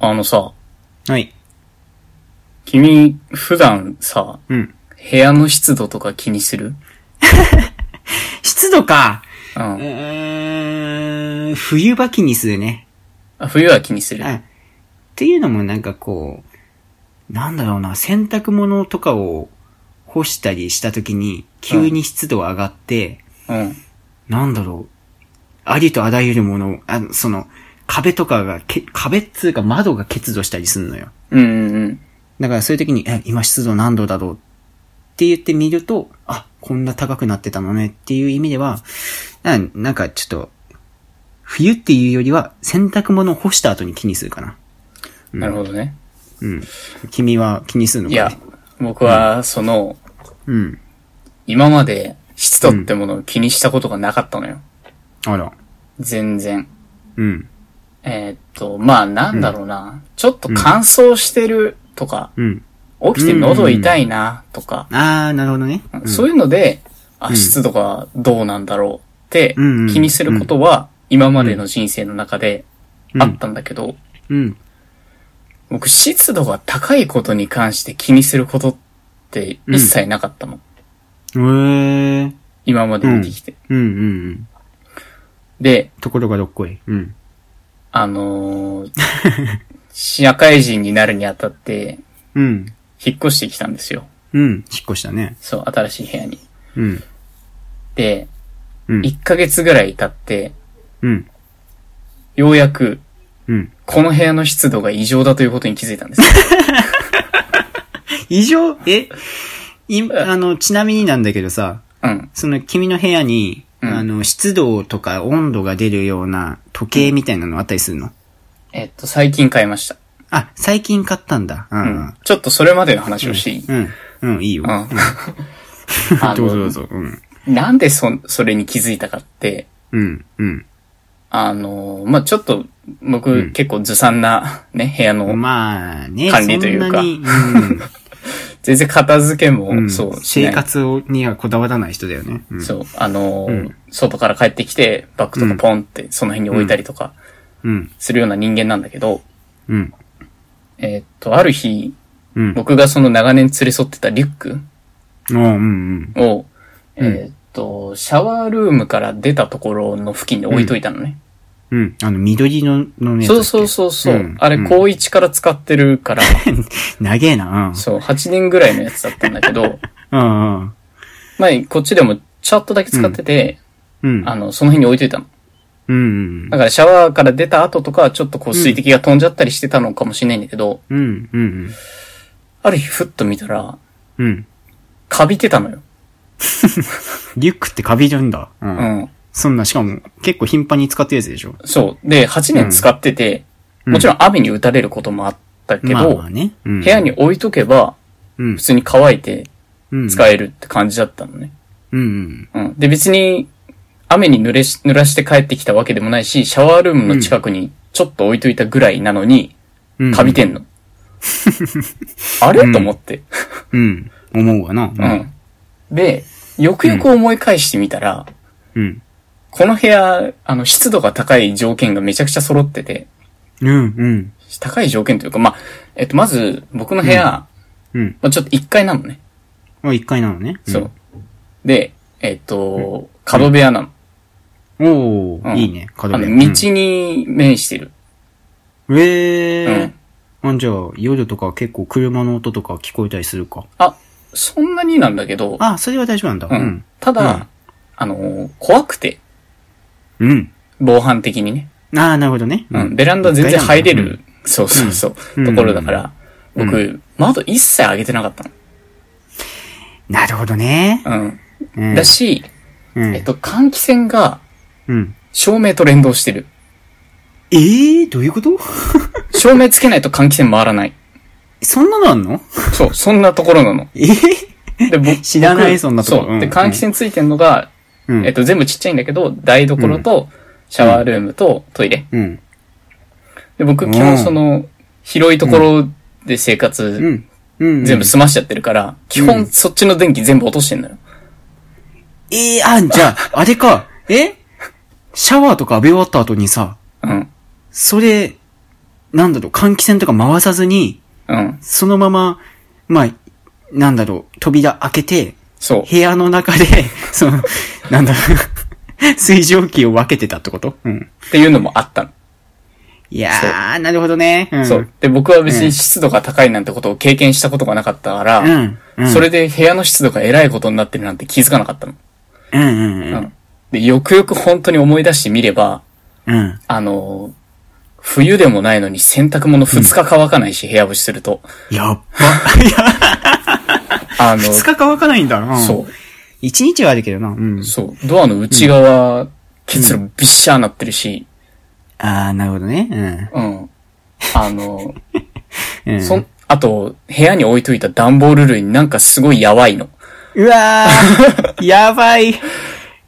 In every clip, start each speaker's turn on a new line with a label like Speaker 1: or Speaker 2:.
Speaker 1: あのさ、
Speaker 2: はい。
Speaker 1: 君、普段さ、
Speaker 2: うん。
Speaker 1: 部屋の湿度とか気にする
Speaker 2: 湿度か。
Speaker 1: う。
Speaker 2: うんーん、冬場気にするね。
Speaker 1: あ冬は気にする
Speaker 2: う。ん。っていうのもなんかこう、なんだろうな、洗濯物とかを干したりした時に、急に湿度が上がって、
Speaker 1: うん。
Speaker 2: なんだろう、ありとあらゆるものを、あのその、壁とかがけ、壁っつうか窓が欠如したりするのよ。
Speaker 1: うんうんうん。
Speaker 2: だからそういう時に、え、今湿度何度だろうって言ってみると、あ、こんな高くなってたのねっていう意味では、ななんかちょっと、冬っていうよりは洗濯物を干した後に気にするかな。
Speaker 1: なるほどね。
Speaker 2: うん。君は気にするの
Speaker 1: い
Speaker 2: かな
Speaker 1: や、僕は、その、
Speaker 2: うん。
Speaker 1: 今まで湿度ってものを気にしたことがなかったのよ。
Speaker 2: あら。
Speaker 1: 全然。
Speaker 2: うん。
Speaker 1: えーっと、まあなんだろうな。ちょっと乾燥してるとか、
Speaker 2: うん。
Speaker 1: 起きて喉痛いなとか、
Speaker 2: あー、なるほどね。うん
Speaker 1: そういうので、あ、湿度がどうなんだろうって
Speaker 2: うんうん
Speaker 1: 気にすることは、今までの人生の中であったんだけど、
Speaker 2: うん。
Speaker 1: 僕、湿度が高いことに関して気にすることって一切なかったの。
Speaker 2: うえー。
Speaker 1: 今まで見てきて。
Speaker 2: うんうんうん。
Speaker 1: で、
Speaker 2: ところがどっこい。うん。
Speaker 1: あ のー社会人になるにあたって、
Speaker 2: うん。
Speaker 1: 引っ越してきたんですよ。
Speaker 2: うん。引っ越したね。
Speaker 1: そう、新しい部屋に。
Speaker 2: うん。
Speaker 1: で、
Speaker 2: うん。
Speaker 1: 1ヶ月ぐらい経って、
Speaker 2: うん。
Speaker 1: ようやく、
Speaker 2: うん。
Speaker 1: この部屋の湿度が異常だということに気づいたんです よ。
Speaker 2: 異常えい、あの、ちなみになんだけどさ、
Speaker 1: うん。
Speaker 2: その君の部屋に、
Speaker 1: うん
Speaker 2: あの、湿度とか温度が出るような時計みたいなのあったりするの、
Speaker 1: えっと、最近買いました。
Speaker 2: あ、最近買ったんだ。う
Speaker 1: うんん。。ちょっとそれまでの話をしていい、
Speaker 2: うん。うん、いいよ
Speaker 1: う。ん、あ
Speaker 2: どうぞどう
Speaker 1: の、
Speaker 2: ぞ。うん。
Speaker 1: なんでそ、それに気づいたかって、
Speaker 2: うん、うん。
Speaker 1: あの、まあ、ちょっと、僕、結構ずさんな、ね、部屋の、
Speaker 2: まあね、
Speaker 1: 管理というか
Speaker 2: そんなに、
Speaker 1: 全然片付けも、
Speaker 2: うん。
Speaker 1: そう、しな
Speaker 2: 生
Speaker 1: い
Speaker 2: 活をにはこだわらない人だよね。うん。
Speaker 1: そう、あの、
Speaker 2: ん
Speaker 1: 外から帰ってきて、バッグとかポンって、その辺に置いたりとか、
Speaker 2: うん。
Speaker 1: するような人間なんだけど、
Speaker 2: うん。
Speaker 1: えーっと、ある日、
Speaker 2: うん。
Speaker 1: 僕がその長年連れ添ってたリュック
Speaker 2: おううん、
Speaker 1: を、えーっと、シャワールームから出たところの付近で置いといたのね。
Speaker 2: うん。うん。あの、緑の、のね。
Speaker 1: そうそうそうそう、
Speaker 2: うん
Speaker 1: あれ、
Speaker 2: うん
Speaker 1: 高一から使ってるから、
Speaker 2: 長えな。う ん
Speaker 1: そう、8年ぐらいのやつだったんだけ ど、
Speaker 2: うん。うん。
Speaker 1: 前、こっちでもちょっとだけ使ってて、
Speaker 2: うん。
Speaker 1: あの、その辺に置いといたの。
Speaker 2: うんうん
Speaker 1: だからシャワーから出た後とかはちょっとこう水滴が飛んじゃったりしてたのかもしれないんだけど、
Speaker 2: うん。うん。うん。
Speaker 1: ある日ふっと見たら、
Speaker 2: うん。
Speaker 1: カビてたのよ。
Speaker 2: リュックってカビるんだ。う。
Speaker 1: うんん。
Speaker 2: そんな、しかも、結構頻繁に使ってるやつでしょ。
Speaker 1: そう。で、8年使ってて、
Speaker 2: うん
Speaker 1: もちろん雨に打たれることもあったけど、
Speaker 2: まあまあね。部
Speaker 1: 部屋に、置いとけば
Speaker 2: うん
Speaker 1: 普。通に乾いて
Speaker 2: うん。
Speaker 1: 使えるって感じだったのね。
Speaker 2: うんうん。
Speaker 1: うん。で、別に雨に濡れし、濡らして帰ってきたわけでもないし、シャワールームの近くにちょっと置いといたぐらいなのに、
Speaker 2: うん。
Speaker 1: カビてん の。あれ、と思って。
Speaker 2: うん。思うわな。
Speaker 1: う。ん。で、よくよく思い返してみたら、
Speaker 2: うん。
Speaker 1: この部屋、あの、湿度が高い条件がめちゃくちゃ揃ってて、
Speaker 2: うん。うん。
Speaker 1: 高い条件というか、まあ、えっと、まず、僕の部屋、ま
Speaker 2: うん。
Speaker 1: あちょっと1階なのね。
Speaker 2: あ、一回なのね。
Speaker 1: そう。で、えっと、角部屋なの。
Speaker 2: うん。お
Speaker 1: う
Speaker 2: ー、
Speaker 1: ん
Speaker 2: いいね。
Speaker 1: あ
Speaker 2: 角
Speaker 1: の、
Speaker 2: 部
Speaker 1: 道
Speaker 2: 屋。
Speaker 1: に面してる。
Speaker 2: うん。え
Speaker 1: うん
Speaker 2: ー。あ、じゃあ、夜とか結構車の音とか聞こえたりするか。
Speaker 1: あ、そんなになんだけど、
Speaker 2: あ、それは大丈夫なんだ。
Speaker 1: う
Speaker 2: うんん。。
Speaker 1: ただ、
Speaker 2: うん
Speaker 1: あの、怖くて、
Speaker 2: うん。
Speaker 1: 防犯的にね。
Speaker 2: ああ、なるほどね。
Speaker 1: うん、ベランダ全然入れる。、そうそうそう、
Speaker 2: うん
Speaker 1: ところだから、
Speaker 2: うん
Speaker 1: 僕、窓一切上げてなかった
Speaker 2: なるほどね。
Speaker 1: の。うん。
Speaker 2: うん
Speaker 1: だ、し、
Speaker 2: うん
Speaker 1: えっと、換気扇が
Speaker 2: うん。
Speaker 1: 照明と連動してる。
Speaker 2: ええー、どういうこと
Speaker 1: 照明つけないと換気扇回らない。
Speaker 2: そんなのあんの
Speaker 1: そう、そんなところなの。
Speaker 2: ええ
Speaker 1: で、僕
Speaker 2: 知らない
Speaker 1: 僕
Speaker 2: そんなとこ
Speaker 1: そう。
Speaker 2: う
Speaker 1: で、
Speaker 2: ん
Speaker 1: 換気扇ついてんのが、
Speaker 2: うん
Speaker 1: えっと、全部ちっちゃいんだけど、台所と、シャワールームとトイレ。
Speaker 2: うん。
Speaker 1: で、僕、
Speaker 2: うん
Speaker 1: 基本その、広いところで生活、
Speaker 2: うん。うん。
Speaker 1: 全部済ましちゃってるから、基本そっちの電気全部落としてんのよ。
Speaker 2: ええあ、じゃあ、あれか。えシャワーとか浴び終わった後にさ、
Speaker 1: うん。
Speaker 2: それ、なんだろう、換気扇とか回さずに、
Speaker 1: うん。
Speaker 2: そのまま、まあ、なんだろう、扉開けて、
Speaker 1: そう。
Speaker 2: 部屋の中で、 その、なんだろう、 水蒸気を分けてたってことうん。
Speaker 1: っていうのもあったの。
Speaker 2: いやー、なるほどね。うん、
Speaker 1: そう。。で、僕は別に湿度が高いなんてことを経験したことがなかったから、
Speaker 2: うん。うん。
Speaker 1: それで部屋の湿度がえらいことになってるなんて気づかなかったの。
Speaker 2: うんうんう。
Speaker 1: うんん。で、よくよく本当に思い出してみれば、
Speaker 2: うん。
Speaker 1: あのー冬でもないのに洗濯物2日乾かないし、部屋干しすると。
Speaker 2: やっ
Speaker 1: あの
Speaker 2: ぱ、二日乾かないんだな。
Speaker 1: そう。
Speaker 2: 一日はあるけどな。うん。
Speaker 1: そう。ドアの内側、結露びっしゃーなってるし、
Speaker 2: あー、なるほどね。
Speaker 1: うん。あの、
Speaker 2: うん。うん、
Speaker 1: そん、あと、部屋に置いといた段ボール類なんかすごいやばいの。
Speaker 2: うわ ー、やばい。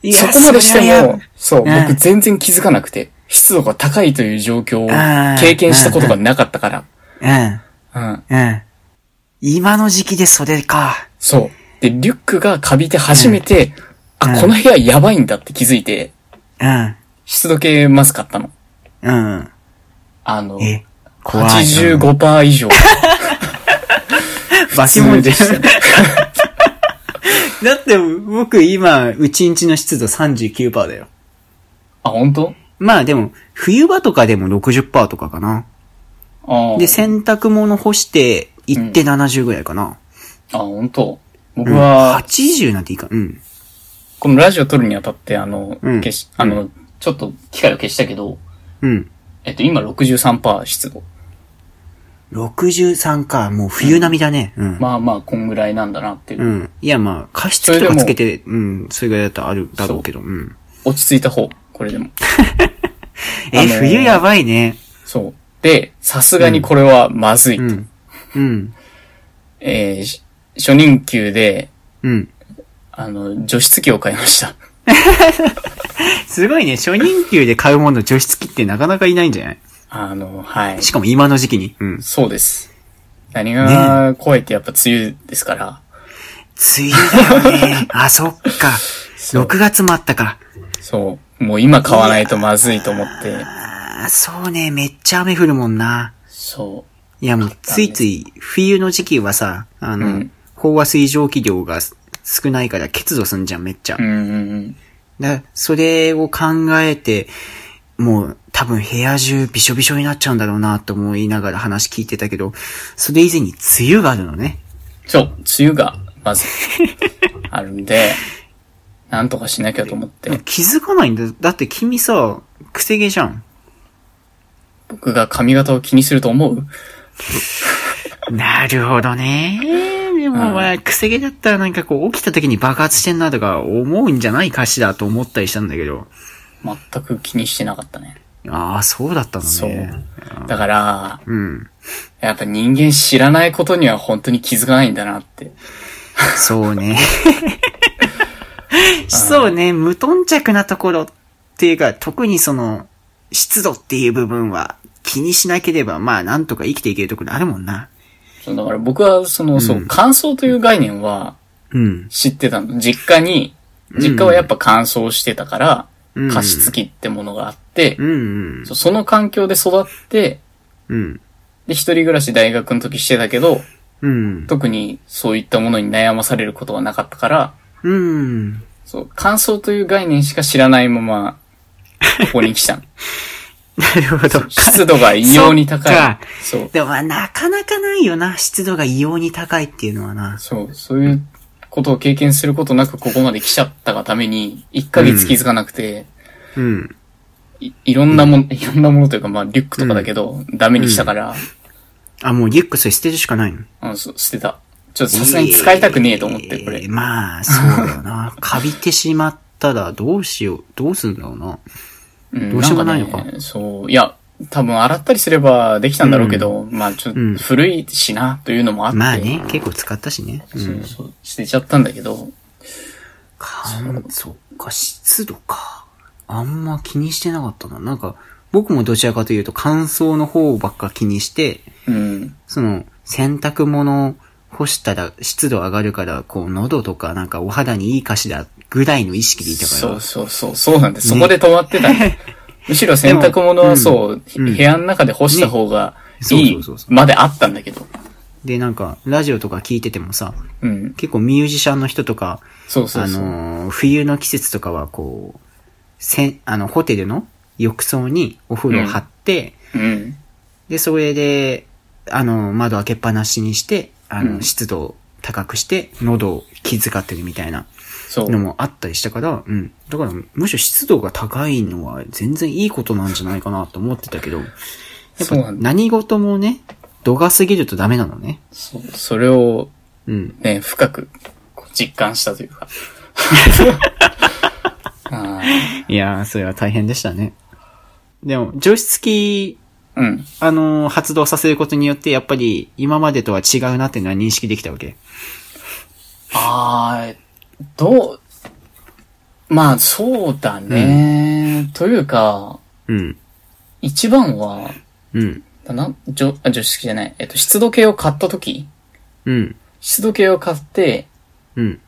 Speaker 2: い
Speaker 1: そ
Speaker 2: や
Speaker 1: こまでして
Speaker 2: それはや
Speaker 1: も、そう、
Speaker 2: うん
Speaker 1: 僕全然気づかなくて、湿度が高いという状況を
Speaker 2: あー
Speaker 1: 経験したことがなかったから。うん。
Speaker 2: うん。うん。今の時期でそれか。
Speaker 1: そう。で、リュックがカビて初めて、
Speaker 2: うん
Speaker 1: あ、この部屋やばいんだって気づいて、
Speaker 2: うん。
Speaker 1: 湿度計まず買ったの。
Speaker 2: うん。
Speaker 1: あの、
Speaker 2: え、怖い。
Speaker 1: 85%以上。
Speaker 2: バケモンじゃん
Speaker 1: 普通でし
Speaker 2: だって僕今、うちんちの湿度39%だよ。
Speaker 1: あ、本当？
Speaker 2: まあでも、冬場とかでも60%とかかな。
Speaker 1: ああ。
Speaker 2: で、洗濯物干して、行って70ぐらいかな。
Speaker 1: あ、本当。僕
Speaker 2: うん、
Speaker 1: は、
Speaker 2: 80なんていいか。うん。
Speaker 1: このラジオ撮るにあたって、あの、
Speaker 2: うん
Speaker 1: 消し、あの、ちょっと機械を消したけど、
Speaker 2: うん。
Speaker 1: えっと、今63%湿度。
Speaker 2: 63か、もう冬並みだね。うん。
Speaker 1: まあまあ、こんぐらいなんだなっていう。
Speaker 2: うん。いや、まあ、加湿器とかつけて、うん、それぐらいだったらあるだろうけど、うん。
Speaker 1: 落ち着いた方、これでも。
Speaker 2: え、
Speaker 1: あのー
Speaker 2: 冬やばいね。
Speaker 1: そう。で、さすがにこれはまずいと。
Speaker 2: うん。うん。
Speaker 1: えーし初任給で、
Speaker 2: うん。
Speaker 1: あの、除湿機を買いました。
Speaker 2: すごいね、初任給で買うもの除湿器ってなかなかいないんじゃない
Speaker 1: あの、はい。
Speaker 2: しかも今の時期に。うん。
Speaker 1: そうです。何が怖いってやっぱ梅雨ですから。
Speaker 2: 梅雨だ よね。あ、そっか。
Speaker 1: そう
Speaker 2: 6月もあったか。
Speaker 1: そう。もう今買わないとまずいと思って。
Speaker 2: あーそうね、めっちゃ雨降るもんな。
Speaker 1: そ
Speaker 2: いやもう、ついつい、冬の時期はさ、あの、
Speaker 1: うん
Speaker 2: 飽和水蒸気量が少ないから結露すんじゃん、めっちゃ
Speaker 1: う。う。んうんうん。
Speaker 2: だそれを考えて、もう多分部屋中びしょびしょになっちゃうんだろうなと思いながら話聞いてたけど、それ以前に梅雨があるのね。
Speaker 1: そう、梅雨がま ずあるんで、なんとかしなきゃと思って、
Speaker 2: 気づかないんだ。だって君さ、くせ毛じゃん。
Speaker 1: 僕が髪型を気にすると思う
Speaker 2: なるほどね。でもまあ、くせ毛だったらなんかこう起きた時に爆発してんなとか思うんじゃないかしらと思ったりしたんだけど。
Speaker 1: 全く気にしてなかったね。
Speaker 2: ああ、そうだったのね。
Speaker 1: そう。だから、
Speaker 2: うん。
Speaker 1: やっぱ人間知らないことには本当に気づかないんだなって。
Speaker 2: そうね。そうね、無頓着なところっていうか、特にその、湿度っていう部分は気にしなければ、まあなんとか生きていけるところあるもんな。
Speaker 1: そうだから僕は、その、そう、乾燥という概念は
Speaker 2: うん。
Speaker 1: 知ってたの。実家に、実家はやっぱ乾燥してたから、
Speaker 2: うん
Speaker 1: 加湿器ってものがあって、
Speaker 2: うんうん。
Speaker 1: そうその環境で育って、
Speaker 2: うん。
Speaker 1: で、一人暮らし大学の時してたけど、
Speaker 2: うん。
Speaker 1: 特にそういったものに悩まされることはなかったから、
Speaker 2: うん。
Speaker 1: そう、乾燥という概念しか知らないまま、ここに来 たの。
Speaker 2: なるほど。
Speaker 1: 湿度が異様に高
Speaker 2: そっ
Speaker 1: い
Speaker 2: か。
Speaker 1: そう、
Speaker 2: でもまあなかなかないよな、湿度が異様に高いっていうのはな。
Speaker 1: そう、そういうことを経験することなくここまで来ちゃったがために、1ヶ月気づかなくて、
Speaker 2: うん。
Speaker 1: いいろんなもの、いろんなものというか、まあ、リュックとかだけど、ダメにしたから、
Speaker 2: あ、もうリュックそれ捨てるしかないの
Speaker 1: うん、そう捨てた。ちょっとさすがに使いたくねえと思って、これ。
Speaker 2: えーまあ、そうだ よな。カビてしまったらどうしよう、どうすんだろうな。
Speaker 1: うん
Speaker 2: どうしようもないのか
Speaker 1: んねそう。いや、多分洗ったりすればできたんだろうけど、まあちょっと
Speaker 2: うん
Speaker 1: 古いしな、というのもあって。
Speaker 2: まあね、結構使ったしね。う
Speaker 1: そ
Speaker 2: ん
Speaker 1: うそう、捨てちゃったんだけど、
Speaker 2: かん、そっか、湿度か。あんま気にしてなかったな。なんか、僕もどちらかというと乾燥の方ばっか気にして、
Speaker 1: うん。
Speaker 2: その、洗濯物干したら湿度上がるから、こう、喉とかなんかお肌にいいかしらぐらいの意識でいたから。
Speaker 1: そう そうそう、そうなんで、そこで止まってたね。むしろ洗濯物はそう、
Speaker 2: うんうん
Speaker 1: 部屋の中で干した方が
Speaker 2: ね
Speaker 1: いい
Speaker 2: そうそうそうそう
Speaker 1: まであったんだけど。
Speaker 2: で、なんか、ラジオとか聞いててもさ、
Speaker 1: うん。
Speaker 2: 結構ミュージシャンの人とか、
Speaker 1: そうそうそう。
Speaker 2: あのー冬の季節とかはこう、せん、あの、ホテルの浴槽にお風呂を張って、
Speaker 1: うん。
Speaker 2: で、それで、あの、窓開けっぱなしにして、あ
Speaker 1: う
Speaker 2: の、
Speaker 1: ん
Speaker 2: 湿度を高くして、喉を気遣ってるみたいな
Speaker 1: そう
Speaker 2: の。もあったりしたから、うん。だから、むしろ湿度が高いのは全然いいことなんじゃないかなと思ってたけど、やっ
Speaker 1: そうな
Speaker 2: ぱ
Speaker 1: んだ。
Speaker 2: 何事もね、度が過ぎるとダメなのね。
Speaker 1: そう。それを
Speaker 2: うん。
Speaker 1: ね、深くこう実感したという か。 あー
Speaker 2: いやー、それは大変でしたね。でも、除湿機、
Speaker 1: うん。
Speaker 2: あのー発動させることによって、やっぱり今までとは違うなっていうのは認識できたわけ。
Speaker 1: ああ、どう、まあそうだね。というか、
Speaker 2: うん。
Speaker 1: 一番は、
Speaker 2: うん。
Speaker 1: だな、除、あ、除湿器じゃない。えっと、湿度計を買った時
Speaker 2: うん。
Speaker 1: 湿度計を買って、
Speaker 2: うん。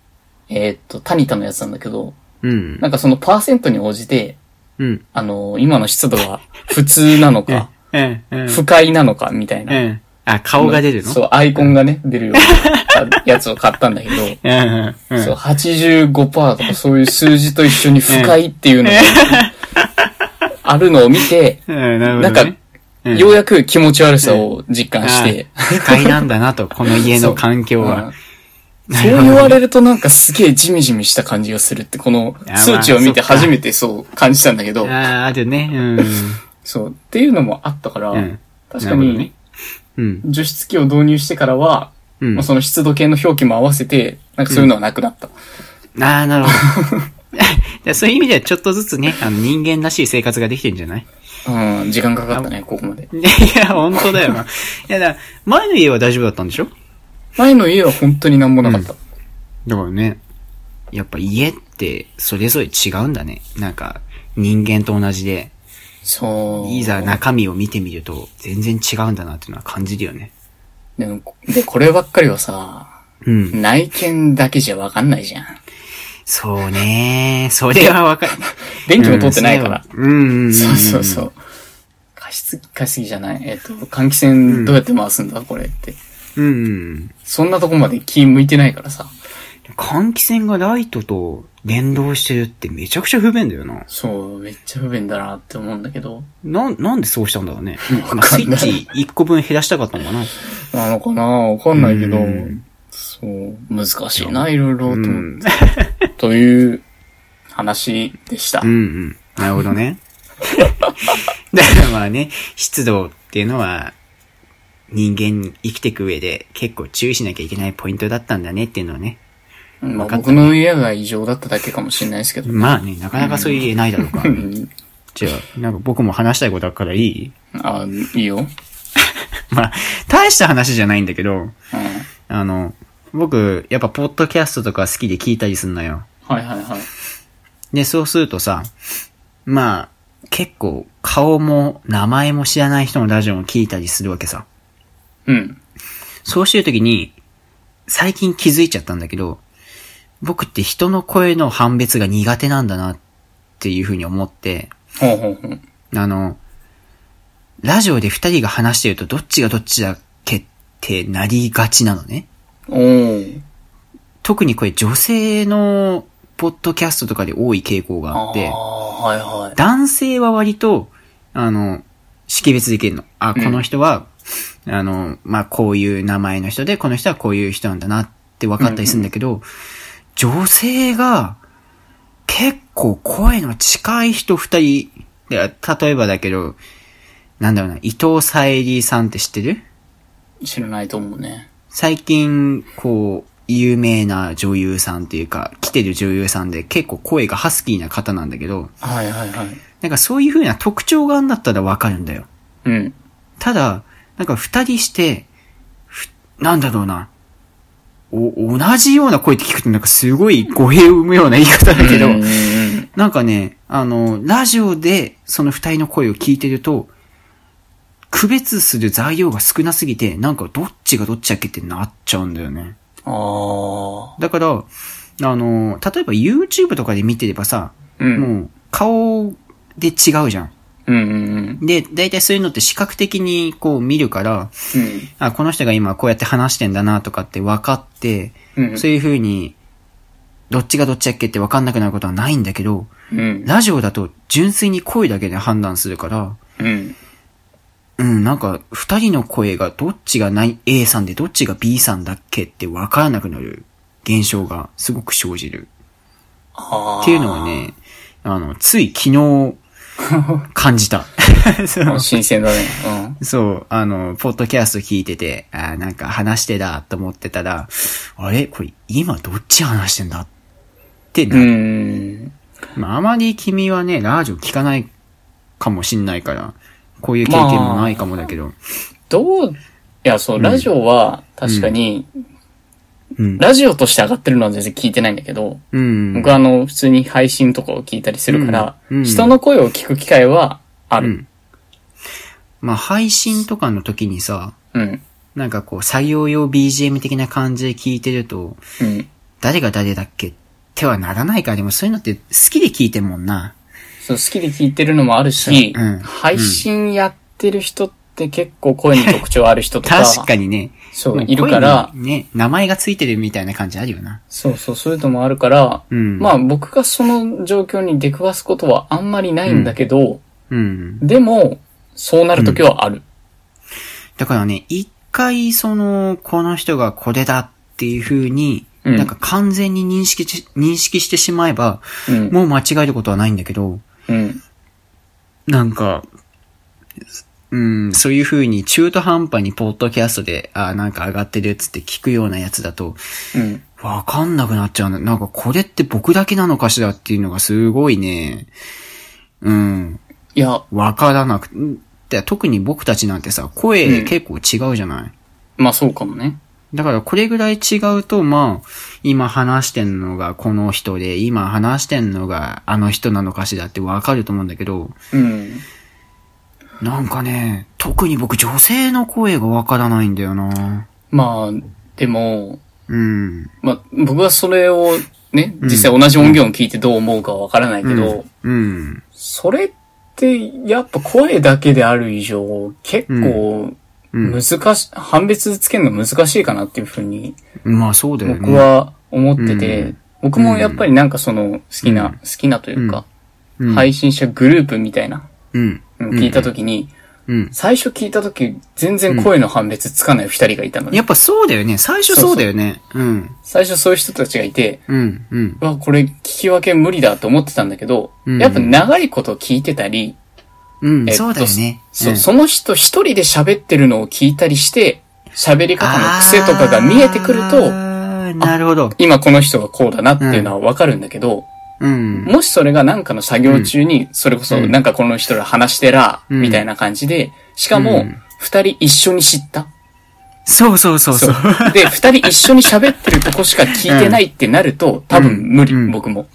Speaker 1: えっと、タニタのやつなんだけど、
Speaker 2: うん。
Speaker 1: なんかそのパーセントに応じて、
Speaker 2: うん。
Speaker 1: あの、今の湿度は普通なのか、
Speaker 2: ええ、え
Speaker 1: 不快なのか、みたいな。
Speaker 2: え。あ、顔が出るの
Speaker 1: そう、アイコンがね、出るようなやつを買ったんだけど、
Speaker 2: うんうんうん。
Speaker 1: そう、85%とかそういう数字と一緒に不快っていうのが、あるのを見て、
Speaker 2: うん。なるほ
Speaker 1: な
Speaker 2: ど、
Speaker 1: ん
Speaker 2: ね。
Speaker 1: か、
Speaker 2: うん
Speaker 1: ようやく気持ち悪さを実感して、
Speaker 2: あ不快なんだなと、この家の環境
Speaker 1: うん
Speaker 2: は。
Speaker 1: そう言われるとなんかすげえジメジメした感じがするって、この
Speaker 2: いや
Speaker 1: 数値を見て
Speaker 2: まあそっか
Speaker 1: 初めてそう感じたんだけど、
Speaker 2: ああ、あるね。うん。
Speaker 1: そう、っていうのもあったから、
Speaker 2: うん
Speaker 1: 確か
Speaker 2: なるほど
Speaker 1: に
Speaker 2: ね、うん。
Speaker 1: 除湿機を導入してからは、
Speaker 2: うん
Speaker 1: まあ、その湿度計の表記も合わせて、なんかそういうのはなくなった。
Speaker 2: ああ、なるほどじゃあ。そういう意味ではちょっとずつね、あの人間らしい生活ができてんじゃない
Speaker 1: うん、時間かかったね、ここまで。
Speaker 2: いや、本当だよな。いや、だから前の家は大丈夫だったんでしょ
Speaker 1: 前の家は本当になんもなかった。
Speaker 2: だからね、やっぱ家ってそれぞれ違うんだね。なんか、人間と同じで、
Speaker 1: そう。
Speaker 2: いざ中身を見てみると全然違うんだなっていうのは感じるよね。
Speaker 1: でもで、こればっかりはさ、
Speaker 2: うん。
Speaker 1: 内見だけじゃわかんないじゃん。
Speaker 2: そうねそれはわかる。
Speaker 1: 電気も通ってないから。
Speaker 2: うん。うんうんん
Speaker 1: そうそうそう。加湿器、加湿器じゃない。えっ、と、換気扇どうやって回すんだ、これって。
Speaker 2: う。うんうん。
Speaker 1: そんなとこまで気向いてないからさ。
Speaker 2: 換気扇がライトと連動してるってめちゃくちゃ不便だよな。
Speaker 1: そう、めっちゃ不便だなって思うんだけど。
Speaker 2: な、なんでそうしたんだろう ね。
Speaker 1: わかんない
Speaker 2: まあスイッチ1個分減らしたかったのかな。
Speaker 1: なのかなわかんないけど
Speaker 2: うん、
Speaker 1: そう、難しいな、いろいろと
Speaker 2: う
Speaker 1: 思っ
Speaker 2: ん。
Speaker 1: て。という話でした
Speaker 2: うんう。ん。なるほどね。だからまあね、湿度っていうのは、人間に生きていく上で結構注意しなきゃいけないポイントだったんだねっていうのはね。
Speaker 1: まあ
Speaker 2: わかった
Speaker 1: 僕の家が異常だっただけかもしれないですけど。
Speaker 2: まあね、なかなかそういう言えないだろうから、
Speaker 1: う
Speaker 2: ね。
Speaker 1: ん
Speaker 2: じゃあ、なんか僕も話したいことあるからいい
Speaker 1: あ、いいよ。うん。
Speaker 2: まあ、大した話じゃないんだけど、あの、僕、やっぱポッドキャストとか好きで聞いたりすんのよ。
Speaker 1: はいはいはい。
Speaker 2: で、そうするとさ、まあ、結構顔も名前も知らない人のラジオも聞いたりするわけさ。
Speaker 1: うん。
Speaker 2: そうしてるときに、最近気づいちゃったんだけど、僕って人の声の判別が苦手なんだなっていうふうに思って、
Speaker 1: ほうほうほう。
Speaker 2: あの、ラジオで二人が話してるとどっちがどっちだっけってなりがちなのね。
Speaker 1: おー。
Speaker 2: 特にこれ女性のポッドキャストとかで多い傾向があって、
Speaker 1: あーはいはい。
Speaker 2: 男性は割と、あの、識別できるの。あ、
Speaker 1: うん
Speaker 2: この人は、あの、まあ、こういう名前の人で、この人はこういう人なんだなって分かったりするんだけど、女性が、結構声の近い人二人、で例えばだけど、なんだろうな、伊藤沙莉さんって知ってる
Speaker 1: 知らないと思うね。
Speaker 2: 最近、こう、有名な女優さんっていうか、来てる女優さんで結構声がハスキーな方なんだけど、
Speaker 1: はいはいはい。
Speaker 2: なんかそういう風な特徴があるんだったらわかるんだよ。
Speaker 1: うん。
Speaker 2: ただ、なんか二人して、ふなんだろうな。お、同じような声って聞くとなんかすごい語弊を生むような言い方だけど、
Speaker 1: うんうんうん
Speaker 2: なんかね、あの、ラジオでその二人の声を聞いてると、区別する材料が少なすぎて、なんかどっちがどっちだっけってなっちゃうんだよね。
Speaker 1: あ
Speaker 2: だから、あの、例えば YouTube とかで見てればさ、
Speaker 1: ー。うん。
Speaker 2: もう顔で違うじゃん。
Speaker 1: うんうん
Speaker 2: で、大体そういうのって視覚的にこう見るから、
Speaker 1: うん。
Speaker 2: あ、この人が今こうやって話してんだなとかって分かって、
Speaker 1: うん。
Speaker 2: そういう風に、どっちがどっちだっけって分かんなくなることはないんだけど、
Speaker 1: うん。
Speaker 2: ラジオだと純粋に声だけで判断するから、
Speaker 1: うん。
Speaker 2: うん、なんか、二人の声がどっちがない A さんでどっちが B さんだっけって分からなくなる現象がすごく生じる。
Speaker 1: ああ。
Speaker 2: っていうのはね、あの、つい昨日、感じ た。そう
Speaker 1: 新鮮だね。
Speaker 2: そう、あの、ポッドキャスト聞いてて、あーなんか話してだと思ってたら、あれこれ今どっち話してんだって
Speaker 1: う
Speaker 2: な、
Speaker 1: ん。うん。
Speaker 2: まあ、あまり君はね、ラジオ聞かないかもしんないから、こういう経験もないかもだけど、
Speaker 1: どう、いや、そう、ラジオは確かに、
Speaker 2: うん。
Speaker 1: ラジオとして上がってるのは全然聞いてないんだけど、
Speaker 2: うん。
Speaker 1: 僕はあの、普通に配信とかを聞いたりするから、
Speaker 2: うんうん
Speaker 1: 人の声を聞く機会はあ
Speaker 2: う
Speaker 1: る。
Speaker 2: んまあ、配信とかの時にさ、
Speaker 1: うん。
Speaker 2: なんかこう、採用用 BGM 的な感じで聞いてると、
Speaker 1: うん。
Speaker 2: 誰が誰だっけってはならないから、でもそういうのって好きで聞いてんもんな。
Speaker 1: そう、好きで聞いてるのもあるし、
Speaker 2: うん
Speaker 1: 配信やってる人って結構声に特徴ある人とか、
Speaker 2: 確かにね。
Speaker 1: そう、
Speaker 2: も
Speaker 1: いるから
Speaker 2: 声、にね、名前がついてるみたいな感じあるよな。
Speaker 1: そうそう、そういうのもあるから、
Speaker 2: うん。
Speaker 1: まあ僕がその状況に出くわすことはあんまりないんだけど、
Speaker 2: うん。
Speaker 1: でも、そうなるときはある。
Speaker 2: だからね、一回その、この人がこれだっていう風に、
Speaker 1: うん
Speaker 2: なんか完全に認識し、認識してしまえば、
Speaker 1: うん。
Speaker 2: もう間違えることはないんだけど、
Speaker 1: うん。
Speaker 2: なんか、うん、そういう風に中途半端にポッドキャストで、あーなんか上がってるっつって聞くようなやつだと、
Speaker 1: うん。
Speaker 2: わかんなくなっちゃうの。なんかこれって僕だけなのかしらっていうのがすごいね、うん、
Speaker 1: いや、
Speaker 2: わからなくて、特に僕たちなんてさ、声結構違うじゃない、
Speaker 1: まあそうかもね。
Speaker 2: だからこれぐらい違うと、まあ、今話してんのがこの人で、今話してんのがあの人なのかしらってわかると思うんだけど、
Speaker 1: うん。
Speaker 2: なんかね、特に僕女性の声がわからないんだよな。
Speaker 1: まあ、でも、
Speaker 2: うん。
Speaker 1: まあ僕はそれをね、実際同じ音源を聞いてどう思うかはわからないけど、
Speaker 2: うん。
Speaker 1: それってやっぱ声だけである以上、結構、
Speaker 2: うん
Speaker 1: 難。し、判別つけるの難しいかなっていうふうに
Speaker 2: まあそうだよね。
Speaker 1: 僕は思ってて、
Speaker 2: うん
Speaker 1: 僕もやっぱりなんかその好きな、
Speaker 2: うん
Speaker 1: 好きなというか、
Speaker 2: うん、
Speaker 1: 配信者グループみたいな、
Speaker 2: うん。
Speaker 1: うん聞いたときに、
Speaker 2: うん。
Speaker 1: 最初聞いたとき全然声の判別つかない二人がいたので、
Speaker 2: やっぱそうだよね。最初そうだよね。うん。
Speaker 1: 最初そういう人たちがいて、
Speaker 2: うん。うん。
Speaker 1: うわ、これ聞き分け無理だと思ってたんだけど、
Speaker 2: うん
Speaker 1: やっぱ長いこと聞いてたり、
Speaker 2: うん。
Speaker 1: えっと
Speaker 2: そうだよね。
Speaker 1: そ
Speaker 2: うん
Speaker 1: その人一人で喋ってるのを聞いたりして、喋り方の癖とかが見えてくると、
Speaker 2: あーなるほど。
Speaker 1: 今この人がこうだなっていうのはわかるんだけど、
Speaker 2: うん。
Speaker 1: もしそれがなんかの作業中に、それこそなんかこの人ら話してら、
Speaker 2: うん
Speaker 1: みたいな感じで、しか
Speaker 2: う
Speaker 1: も
Speaker 2: ん、
Speaker 1: 二人一緒に知った。
Speaker 2: そうそうそうそう。
Speaker 1: そうで、二人一緒に喋ってるとこしか聞いてないってなると、多分無理、
Speaker 2: うん
Speaker 1: 僕も。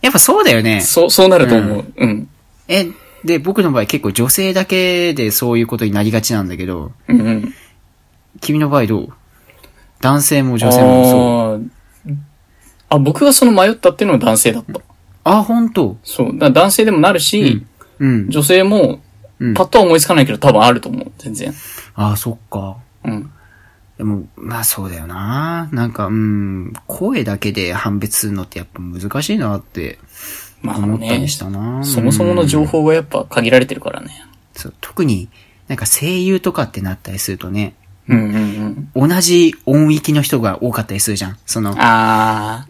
Speaker 2: やっぱそうだよね。
Speaker 1: そう、そうなると思う。うん。
Speaker 2: え、で、僕の場合結構女性だけでそういうことになりがちなんだけど、
Speaker 1: うんうん。
Speaker 2: 君の場合どう男性も女性もそう。
Speaker 1: あーあ、僕がその迷ったっていうのは男性だった。
Speaker 2: あ、本当
Speaker 1: そう。だから男性でもなるし、
Speaker 2: うん。
Speaker 1: 女性も
Speaker 2: うん、
Speaker 1: パッとは思いつかないけど多分あると思う。全然。
Speaker 2: あ、そっか。
Speaker 1: うん。
Speaker 2: でも、まあそうだよな。なんか、うん、声だけで判別するのってやっぱ難しいなって
Speaker 1: まあ
Speaker 2: 思った
Speaker 1: ね
Speaker 2: り、したな。
Speaker 1: そもそもの情報がやっぱ限られてるからね。
Speaker 2: そう特に、なんか声優とかってなったりするとね、
Speaker 1: うんうんうん。
Speaker 2: 同じ音域の人が多かったりするじゃん。その、
Speaker 1: あ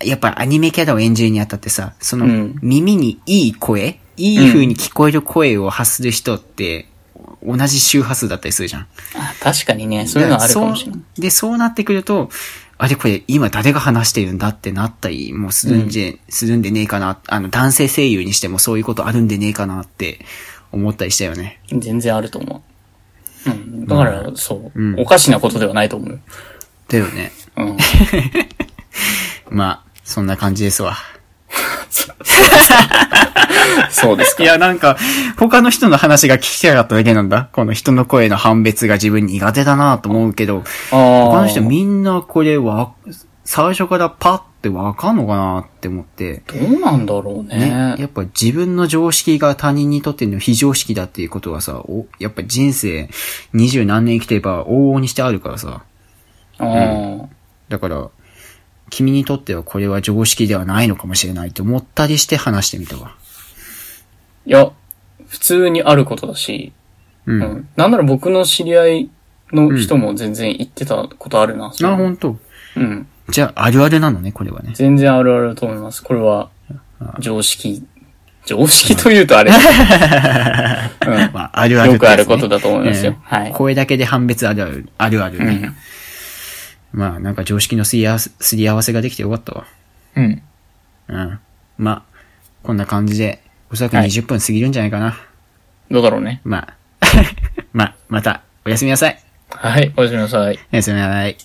Speaker 1: あ、
Speaker 2: やっぱアニメキャラを演じるにあたってさ、その
Speaker 1: うん
Speaker 2: 耳にいい声、いい風に聞こえる声を発する人って、同じ周波数だったりするじゃん。
Speaker 1: あ確かにね、そういうのはあるかもしれない。
Speaker 2: そうで、そうなってくると、あれこれ今誰が話してるんだってなったりもするんじゃ、するんでねえかな。あの、男性声優にしてもそういうことあるんでねえかなって思ったりしたよね。
Speaker 1: 全然あると思う。うん。だから、そう、
Speaker 2: うん
Speaker 1: おかしなことではないと思う。
Speaker 2: だよね。
Speaker 1: うん。
Speaker 2: まあ、そんな感じですわ。
Speaker 1: そうです
Speaker 2: い
Speaker 1: か。
Speaker 2: や、なんか、他の人の話が聞きたかっただけなんだ。この人の声の判別が自分苦手だなと思うけど、
Speaker 1: ああ。
Speaker 2: 他の人みんなこれは、最初からパってわかんのかなって思って。
Speaker 1: どうなんだろう
Speaker 2: ね
Speaker 1: ね。、
Speaker 2: やっぱ自分の常識が他人にとっての非常識だっていうことはさ、おやっぱ人生二十何年生きてれば往々にしてあるからさ。
Speaker 1: あー
Speaker 2: だから、君にとってはこれは常識ではないのかもしれないと思ったりして話してみたわ。
Speaker 1: いや、普通にあることだし、
Speaker 2: うん。
Speaker 1: うんなんなら僕の知り合いの人も全然言ってたことあるな。それ
Speaker 2: あ、本当。
Speaker 1: うん。
Speaker 2: じゃあ、あるあるなのね、これはね。
Speaker 1: 全然あるあるだと思います。これは、常識、常識というと あれ、う
Speaker 2: まあ、あるあ
Speaker 1: ん、
Speaker 2: る
Speaker 1: よ
Speaker 2: って
Speaker 1: くあ
Speaker 2: やつね、
Speaker 1: ることだと思いますよ。はい。
Speaker 2: 声だけで判別あるある、あるある
Speaker 1: う
Speaker 2: ね
Speaker 1: ん。
Speaker 2: まあ、なんか常識のすり合わせすり合わせができてよかったわ。
Speaker 1: うん。
Speaker 2: うん。まあ、こんな感じで、おそらく20分過ぎるんじゃないかな。
Speaker 1: どうだろうね。
Speaker 2: まあ、まあ、また、おやすみなさい。
Speaker 1: はい、おやすみなさい。
Speaker 2: おやすみなさい。